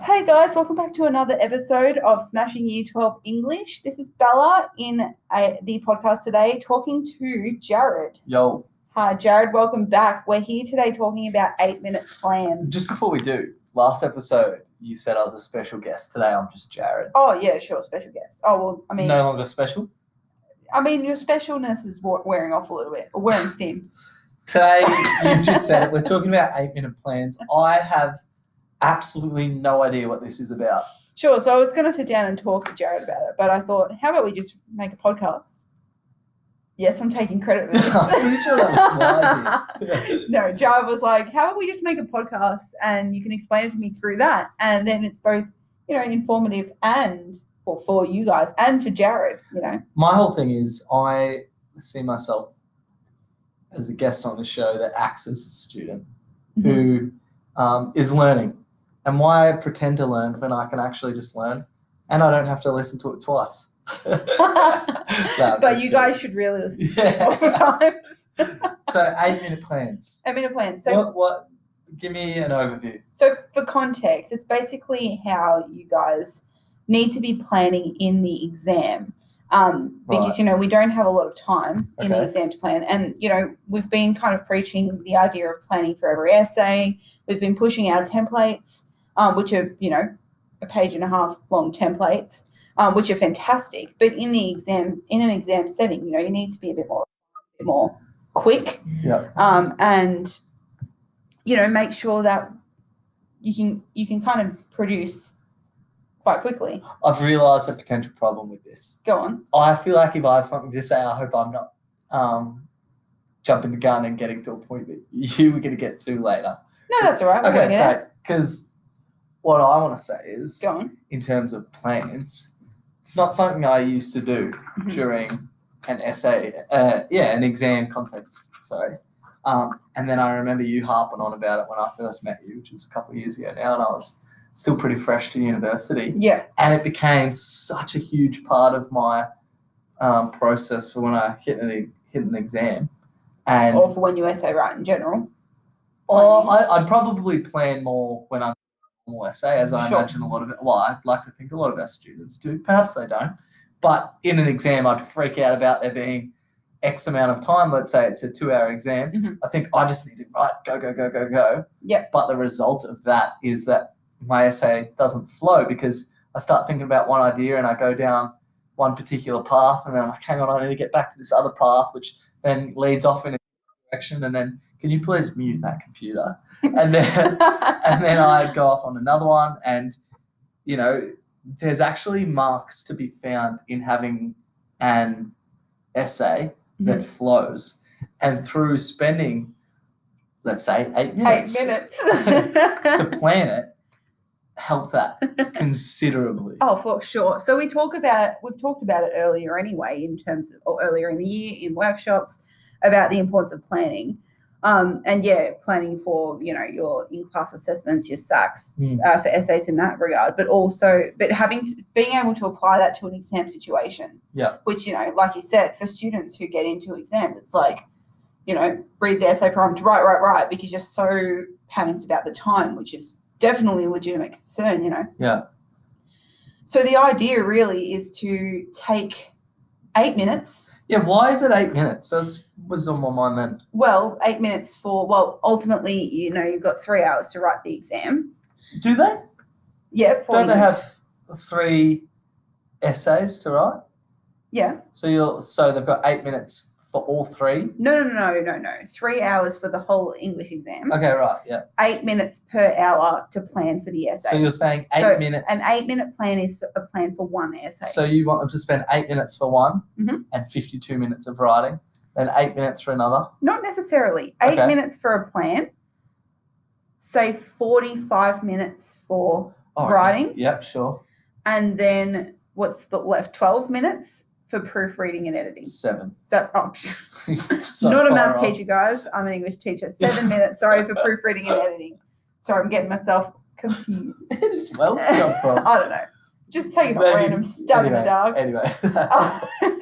Hi, guys. Welcome back to another episode of Smashing Year 12 English. This is Bella in uh the podcast today talking to Jared. Yo, Hi, Jared. Welcome back. We're here today talking about eight minute plans. just before we do, last episode you said I was a special guest. Today I'm just Jared. Oh, yeah, sure. Special guest. Oh, well, I mean, no longer special. I mean, your specialness is wa- wearing off a little bit, or wearing thin. Today you've just said it. We're talking about eight minute plans. I have absolutely no idea what this is about. Sure. So I was going to sit down and talk to Jared about it, but I thought, how about we just make a podcast? Yes, I'm taking credit for I'm this. pretty sure that was my idea. no, Jared was like, "How about we just make a podcast and you can explain it to me through that?" And then it's both, you know, informative and well for you guys and for Jared, you know. my whole thing is I see myself as a guest on the show that acts as a student Mm-hmm. who um, is learning. And why pretend to learn when I can actually just learn and I don't have to listen to it twice? Nah, but you just guys should really listen to this all the Yeah. times. So eight minute plans. I mean, a plan. So, what, what? Give me an overview. so for context, it's basically how you guys need to be planning in the exam. Um, because Right. you know we don't have a lot of time in the Okay. exam to plan, and you know we've been kind of preaching the idea of planning for every essay. We've been pushing our templates, um, which are you know a page and a half long templates, um, which are fantastic. But in the exam, in an exam setting, you know you need to be a bit more, a bit more quick Yeah. um, and you know make sure that you can you can kind of produce quite quickly. I've realised a potential problem with this. Go on. I feel like if I have something to say, I hope I'm not um, jumping the gun and getting to a point that you were going to get to later. No, that's all right. We'll Okay, work it out. great. Because what I want to say is, Go on. in terms of plans, it's not something I used to do Mhm. during an essay, uh, yeah, an exam context. Sorry. Um, and then I remember you harping on about it when I first met you, which is a couple of years ago now, and I was still pretty fresh to university. Yeah. And it became such a huge part of my um, process for when I hit an, hit an exam. And or for when you essay write in general. or I, I'd probably plan more when I'm more essay, as I Sure. imagine a lot of it. Well, I'd like to think a lot of our students do. Perhaps they don't, but in an exam, I'd freak out about there being X amount of time. Let's say it's a two-hour exam. Mhm. I think I just need to write go go go go go. Yep. But the result of that is that my essay doesn't flow because I start thinking about one idea and I go down one particular path, and then I'm like, hang on, I need to get back to this other path, which then leads off in a direction, and then can you please mute that computer? And then and then I go off on another one, and you know, there's actually marks to be found in having an essay that flows, and through spending, let's say, eight Eight minutes, minutes. to plan it, help that considerably. oh, for sure. So we talk about we've talked about it earlier anyway, in terms of or earlier in the year in workshops about the importance of planning. Um, and yeah, planning for you know your in class assessments, your SACs, Mm. uh, for essays in that regard, but also but having to, being able to apply that to an exam situation. Yeah. Which you know, like you said, for students who get into exams, it's like, you know, read the essay prompt, right, right, right, because you're so panicked about the time, which is definitely a legitimate concern. You know. Yeah. So the idea really is to take eight minutes. Yeah, why is it eight minutes? That was, was on my mind then. Well, eight minutes for well, ultimately, you know, you've got three hours to write the exam. Do they? Yeah. for Don't they English. have three essays to write? Yeah. So you'll so they've got eight minutes for all three. No, no, no, no, no. Three hours for the whole English exam. Okay, right, yeah. Eight minutes per hour to plan for the So essay. you're saying eight So- minutes. An eight-minute plan is a plan for one essay. So you want them to spend eight minutes for one Mhm. and fifty-two minutes of writing, then eight minutes for another. Not necessarily. Eight Okay. minutes for a plan. Say forty-five minutes for, Oh, okay. Writing? Yep, sure. and then what's the left? Twelve minutes for proofreading and editing. Seven. So, oh, So not a far math off. teacher, guys. I'm an English teacher. Seven minutes. Sorry for proofreading and editing. Sorry, I'm getting myself confused. well, come from. I don't know. Just taking a Maybe- random stab in the anyway, dark. Anyway,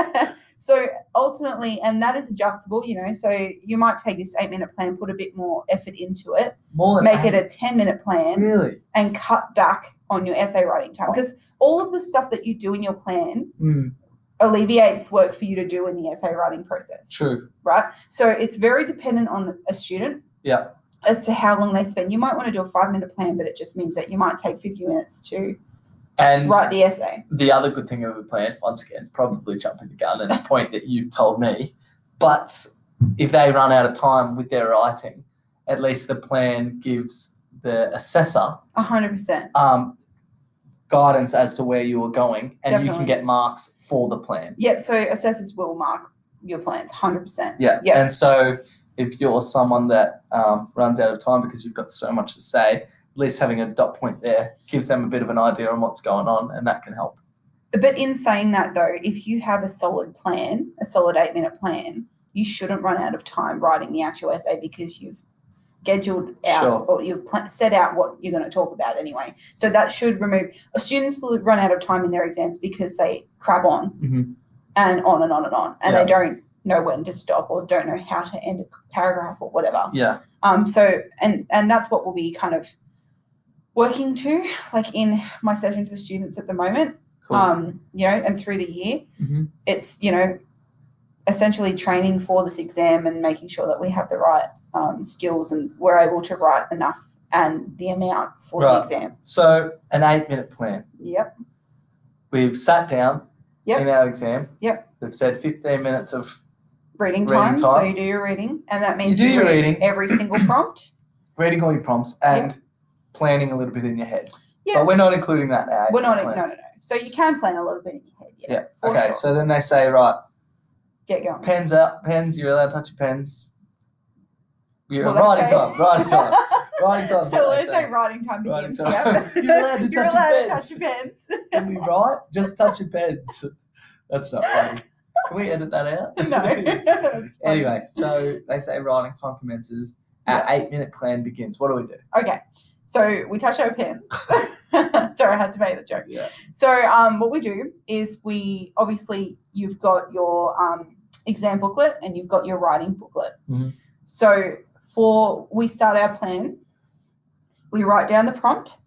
Oh. So ultimately, and that is adjustable, you know. So you might take this eight minute plan, put a bit more effort into it, More than make eight. it a 10 minute plan, really. and cut back on your essay writing time. Because all of the stuff that you do in your plan Mm, alleviates work for you to do in the essay writing process true. right? So it's very dependent on a student. Yeah. As to how long they spend. You might want to do a five minute plan, but it just means that you might take 50 minutes to And write the essay. the other good thing of a plan, once again, probably jumping the gun at the point that you've told me, but if they run out of time with their writing, at least the plan gives the assessor 100%. um, guidance as to where you are going, and you Definitely. can get marks for the plan. Yep. So assessors will mark your plans 100%. Yeah. Uh, Yeah. And so, if you're someone that um, runs out of time because you've got so much to say, at least having a dot point there gives them a bit of an idea on what's going on, and that can help. But in saying that, though, if you have a solid plan, a solid eight minute plan, you shouldn't run out of time writing the actual essay because you've scheduled out Sure. or you've pl- set out what you're going to talk about anyway. So that should remove students will run out of time in their exams because they crab on Mhm. and on and on and on, and Yeah. they don't know when to stop or don't know how to end a paragraph or whatever. Yeah. Um, so and and that's what we'll be kind of working to, like in my sessions with students at the moment Cool. um, you know, and through the year. Mhm. It's, you know, essentially training for this exam and making sure that we have the right um, skills and we're able to write enough and the amount for the Right. exam. so, an eight minute plan. Yep. We've sat down Yep. in our exam. Yep. They've said 15 minutes of Reading Reading time, So time. you do your reading and that means do your read reading. every single prompt. reading all your prompts and planning a little bit in your head. Yeah. But we're not including that now. We're not, e, no, no, no. So you can plan a little bit in your head. Yeah. Yeah. for Okay. sure. So then they say, right, Get going. pens out, pens, you're allowed to touch your pens. You're Well, right in that's time, right in time, right in time. So So let's say writing time Writing begins. time. Yep. You're allowed to You're touch your allowed to pens. touch your pens. Can we write? Just touch your pens. That's not funny. Can we edit that out? no. It's fine. anyway, so they say writing time commences. Our eight minute plan begins. What do we do? Okay, so we touch our pens. Sorry, I had to make the joke. Yeah. So um, what we do is we obviously you've got your um, exam booklet and you've got your writing booklet. Mhm. So for we start our plan, we write down the prompt,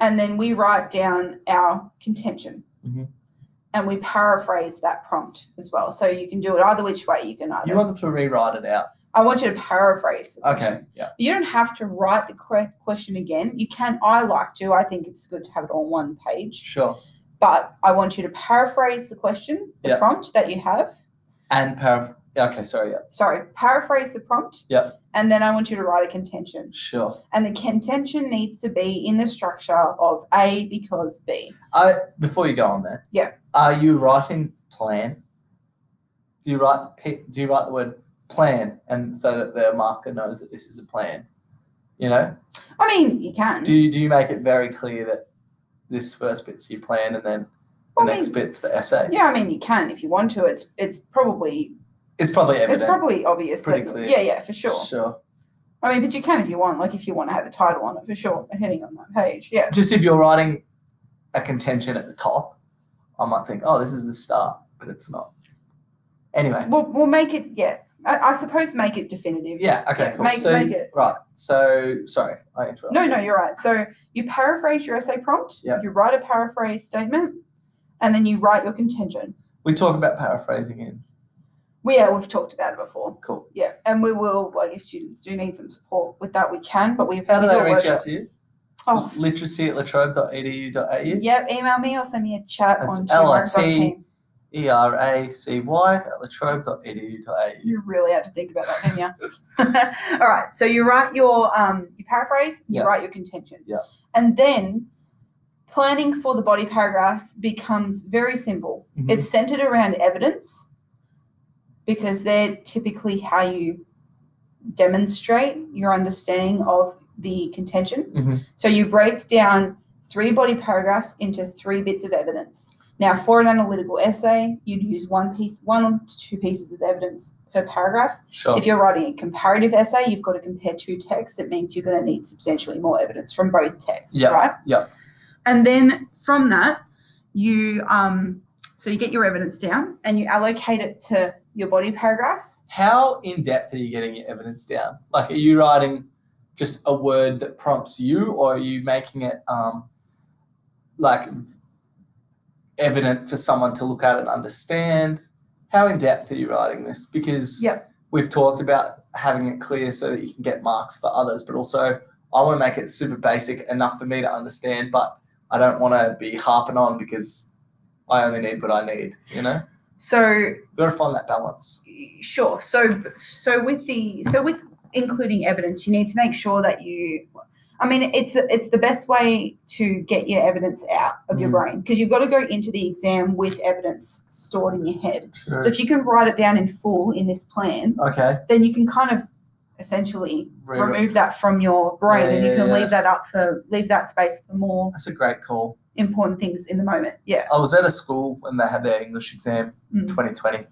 and then we write down our contention. Mhm. And we paraphrase that prompt as well. So you can do it either which way. You can either. You want them to rewrite it out. I want you to paraphrase. the question. Okay. Yeah. You don't have to write the correct question again. You can, I like to, I think it's good to have it on one page, Sure. but I want you to paraphrase the question, the Yeah. prompt that you have. And paraph. yeah, Okay. Sorry. Yeah. Sorry, paraphrase the prompt. Yeah. And then I want you to write a contention. Sure. And the contention needs to be in the structure of A because B. I before you go on there. Yeah. Are you writing plan? Do you write p- do you write the word plan and so that the marker knows that this is a plan? You know? I mean, you can. Do you do you make it very clear that this first bit's your plan and then the I mean- next bit's the essay? yeah, I mean, you can if you want to. It's it's probably It's probably evident. it's probably obvious. Pretty that, clear. Yeah, yeah, for sure. Sure. I mean, but you can if you want. Like if you want to have a title on it, for sure, a heading on that page. Yeah. Just if you're writing a contention at the top, I might think, oh, this is the start, but it's not. Anyway. We'll, we'll make it, yeah. I, I suppose make it definitive. Yeah, okay, Yeah, cool. make- so, make it- Right. So sorry, I interrupted. No, no, you're right. So you paraphrase your essay prompt, Yeah. you write a paraphrase statement, and then you write your contention. We talk about paraphrasing in. We, yeah, we've talked about it before. Cool. Yeah, and we will, well, if students do need some support with that, we can, but we've How do we they a reach workshop. out to you? Oh. Literacy at E latrobe.edu.au. Yep, email me or send me a chat That's on LRT. Teamworks team. E R A C Y at E latrobe.edu.au. You really had to think about that, didn't you? All right. So you write your um, you paraphrase, you Yeah. write your contention, Yeah. and then planning for the body paragraphs becomes very simple. Mhm. It's centered around evidence because they're typically how you demonstrate your understanding of the contention. Mhm. So you break down three body paragraphs into three bits of evidence. Now, for an analytical essay, you'd use one piece, one to two pieces of evidence per paragraph. Sure. If you're writing a comparative essay, you've got to compare two texts. It means you're going to need substantially more evidence from both texts, Yep, right? yep. And then from that, you um, So you get your evidence down and you allocate it to your body paragraphs. How in depth are you getting your evidence down? Like, are you writing just a word that prompts you, or are you making it um, like evident for someone to look at and understand? How in depth are you writing this? Because Yep. we've talked about having it clear so that you can get marks for others, but also I want to make it super basic enough for me to understand, but I don't want to be harping on because I only need what I need, you know? So Got to find that balance. sure. So so with the so with including evidence, you need to make sure that you. I mean, it's it's the best way to get your evidence out of your Mm. brain because you've got to go into the exam with evidence stored in your head. True. So if you can write it down in full in this plan, Okay. then you can kind of essentially Real- remove that from your brain Yeah, and you yeah, can yeah. leave that up for leave that space for more That's a great call. important things in the moment. Yeah. I was at a school when they had their English exam in Mm. 2020,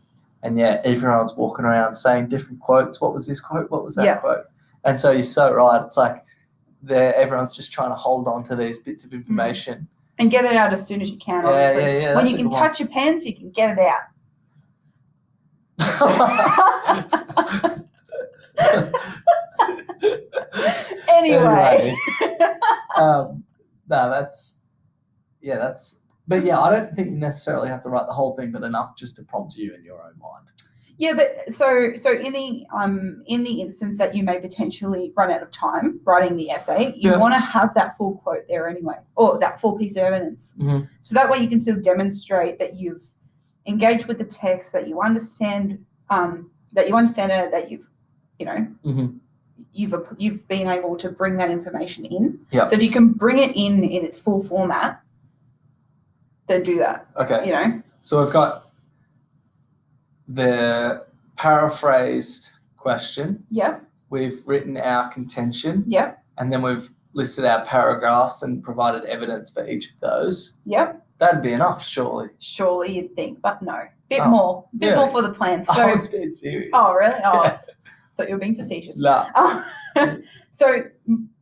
and yeah, everyone's walking around saying different quotes. What was this quote? What was that Yeah. quote? And so you're so right. It's like they're, everyone's just trying to hold on to these bits of information. And get it out as soon as you can, Yeah, obviously. yeah, yeah, when that's you a can good one. touch your pens, you can get it out. anyway. um, no, that's yeah, that's. But yeah, I don't think you necessarily have to write the whole thing, but enough just to prompt you in your own mind. Yeah, but so so in the um in the instance that you may potentially run out of time writing the essay, you Yeah. want to have that full quote there anyway, or that full piece of evidence. Mhm. So that way you can still demonstrate that you've engaged with the text, that you understand um that you understand it, that you've you know Mhm. you've app- you've been able to bring that information in. Yeah. So if you can bring it in in its full format, then do that. Okay. You know. So I've got the paraphrased question. Yep. We've written our contention, Yep. and then we've listed our paragraphs and provided evidence for each of those. Yep. That'd be enough, surely. surely you'd think, but no. Bit Oh, more. Bit really? more for the plan. So I was being serious. Oh really? Oh Yeah. thought you were being facetious. Nah. Oh. so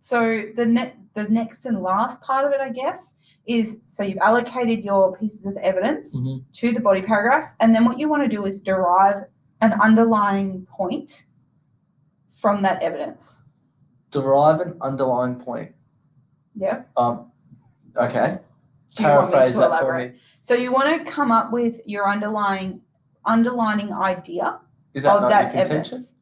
so the ne- the next and last part of it, I guess, is so you've allocated your pieces of evidence Mhm. to the body paragraphs, and then what you want to do is derive an underlying point from that evidence. Derive an underlying point. Yeah. Um, okay. Do you want me Paraphrase to that for elaborate? me. So you want to come up with your underlying underlining idea Is that of not Oh, that your contention? evidence.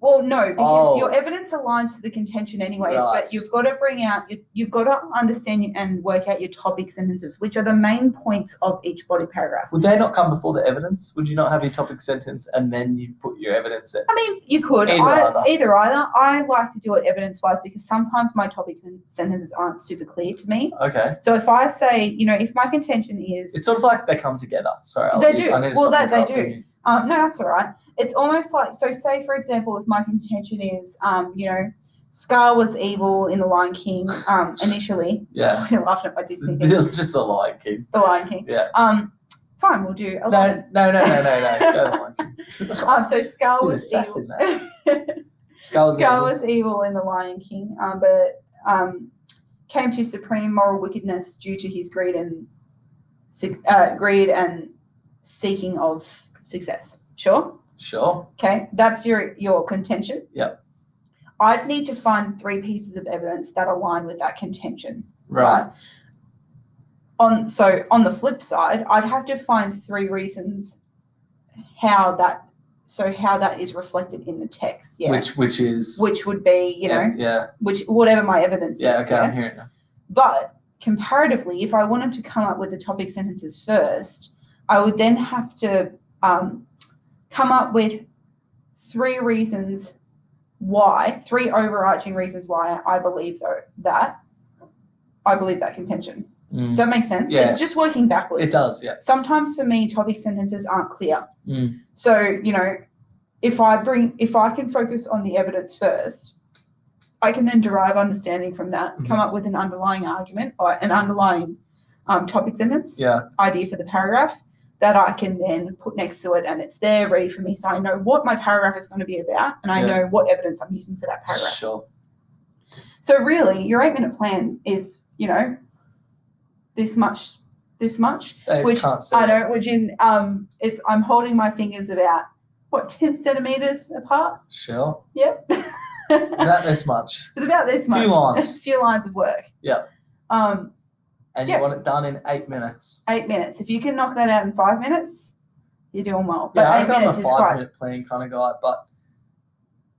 Well, no, because Oh. your evidence aligns to the contention anyway. Right. But you've got to bring out, you, you've got to understand and work out your topic sentences, which are the main points of each body paragraph. Would they not come before the evidence? Would you not have your topic sentence and then you put your evidence in? I mean, you could Either I, either. either either. I like to do it evidence wise because sometimes my topic sen- sentences aren't super clear to me. Okay. So if I say, you know, if my contention is It's sort of like they come together. Sorry, I'll, They you- do. I need to Well, stop they- they interrupting do. you. Um, no, that's all right. It's almost like so. Say for example, if my contention is, um, you know, Scar was evil in the Lion King um, initially. Yeah, You're laughing at my Disney thing. just the Lion King. The Lion King. Yeah. Um, fine, we'll do. No, no, no, no, no, no. Go the Lion King. Um, so Scar You're was the sass in evil. Skull's Scar evil. was evil in the Lion King, um, but um, came to supreme moral wickedness due to his greed and se- uh, greed and seeking of success. Sure. Sure. Okay, that's your your contention. Yep. I'd need to find three pieces of evidence that align with that contention. Right. On so on the flip side, I'd have to find three reasons how that so how that is reflected in the text. Yeah. Which which is Which would be, you yeah, know, Yeah. which whatever my evidence Yeah, is. okay, I'm hearing you. But comparatively, if I wanted to come up with the topic sentences first, I would then have to um, come up with three reasons why, three overarching reasons why I believe though that I believe that contention. Mm. Does that make sense? Yeah. It's just working backwards. It does, yeah. Sometimes for me, topic sentences aren't clear. Mm. So, you know, if I bring if I can focus on the evidence first, I can then derive understanding from that, Mm-hmm. come up with an underlying argument or an underlying um, topic sentence Yeah. idea for the paragraph that I can then put next to it and it's there ready for me. So I know what my paragraph is going to be about and I Yeah. know what evidence I'm using for that paragraph. Sure. So really your eight minute plan is, you know, this much this much, They Which can't see. I it. don't, which in, um, it's, I'm holding my fingers about, what, 10 centimeters apart? Sure. Yep. About this much. It's about this Few much. lines. A few lines of work. Yep. Um, And Yeah. you want it done in eight minutes. eight minutes. If you can knock that out in five minutes, you're doing well. But yeah, I eight think I'm a minutes is five quite. minute plan kind of guy, but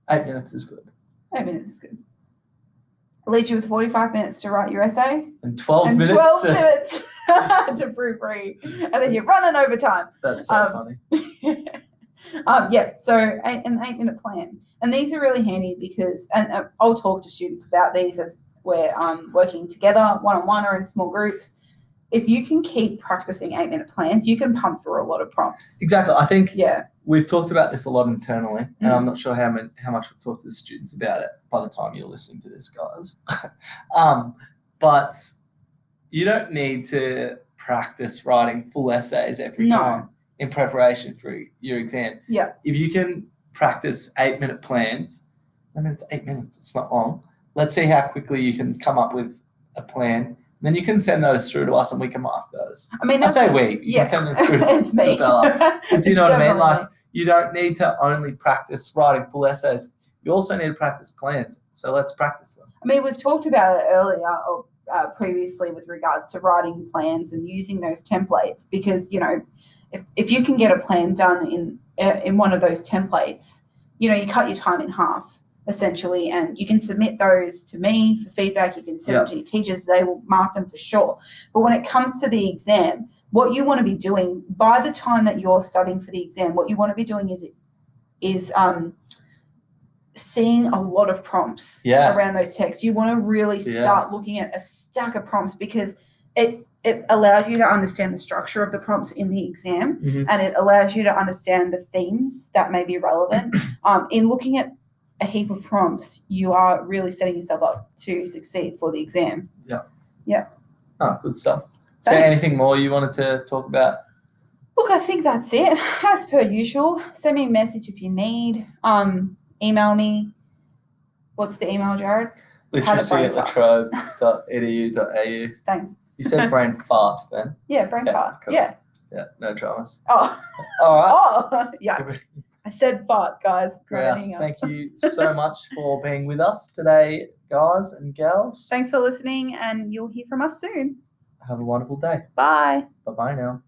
eight minutes is good. Eight minutes is good. It leaves you with 45 minutes to write your essay And 12 and minutes. 12 to- minutes to proofread, and then you're running over time. That's so Um, funny. Um, yeah, so eight, an eight minute plan. And these are really handy because, and uh, I'll talk to students about these as we're um, working together, one on one or in small groups. If you can keep practicing eight minute plans, you can pump through a lot of prompts. Exactly. I think Yeah, we've talked about this a lot internally, and Mm. I'm not sure how many, how much we've talked to the students about it by the time you're listening to this, guys. um, but you don't need to practice writing full essays every No. time in preparation for your exam. Yeah. If you can practice eight minute plans, I mean, it's eight minutes, it's not long. Let's see how quickly you can come up with a plan. Then you can send those through to us and we can mark those. I mean, I that's- say we. You yeah, can send them through. it's to me. Bella. But do you It's know what I mean? definitely Like me. you don't need to only practice writing full essays. You also need to practice plans. So let's practice them. I mean, we've talked about it earlier or uh, previously with regards to writing plans and using those templates because you know, if, if you can get a plan done in uh, in one of those templates, you know, you cut your time in half essentially, and you can submit those to me for feedback. You can send them to your teachers; they will mark them for sure. But when it comes to the exam, what you want to be doing by the time that you're studying for the exam, what you want to be doing is is um, seeing a lot of prompts Yeah. around those texts. You want to really Yeah. start looking at a stack of prompts because it it allows you to understand the structure of the prompts in the exam Mhm. and it allows you to understand the themes that may be relevant. um, in looking at a heap of prompts, you are really setting yourself up to succeed for the exam. Oh, good stuff. So Thanks. anything more you wanted to talk about? Look, I think that's it. As per usual, send me a message if you need. Um, email me. What's the email, Jared? Literacy brain at fart. latrobe.edu.au. Thanks. You said brain fart then. Yeah, brain Yeah, fart. cool. Yeah. Yeah, no dramas. Oh, All right. oh, yeah. I said fart, guys. Grouse, Grounding up. thank you so much for being with us today, guys and gals. Thanks for listening, and you'll hear from us soon. Have a wonderful day. Bye. Bye bye now.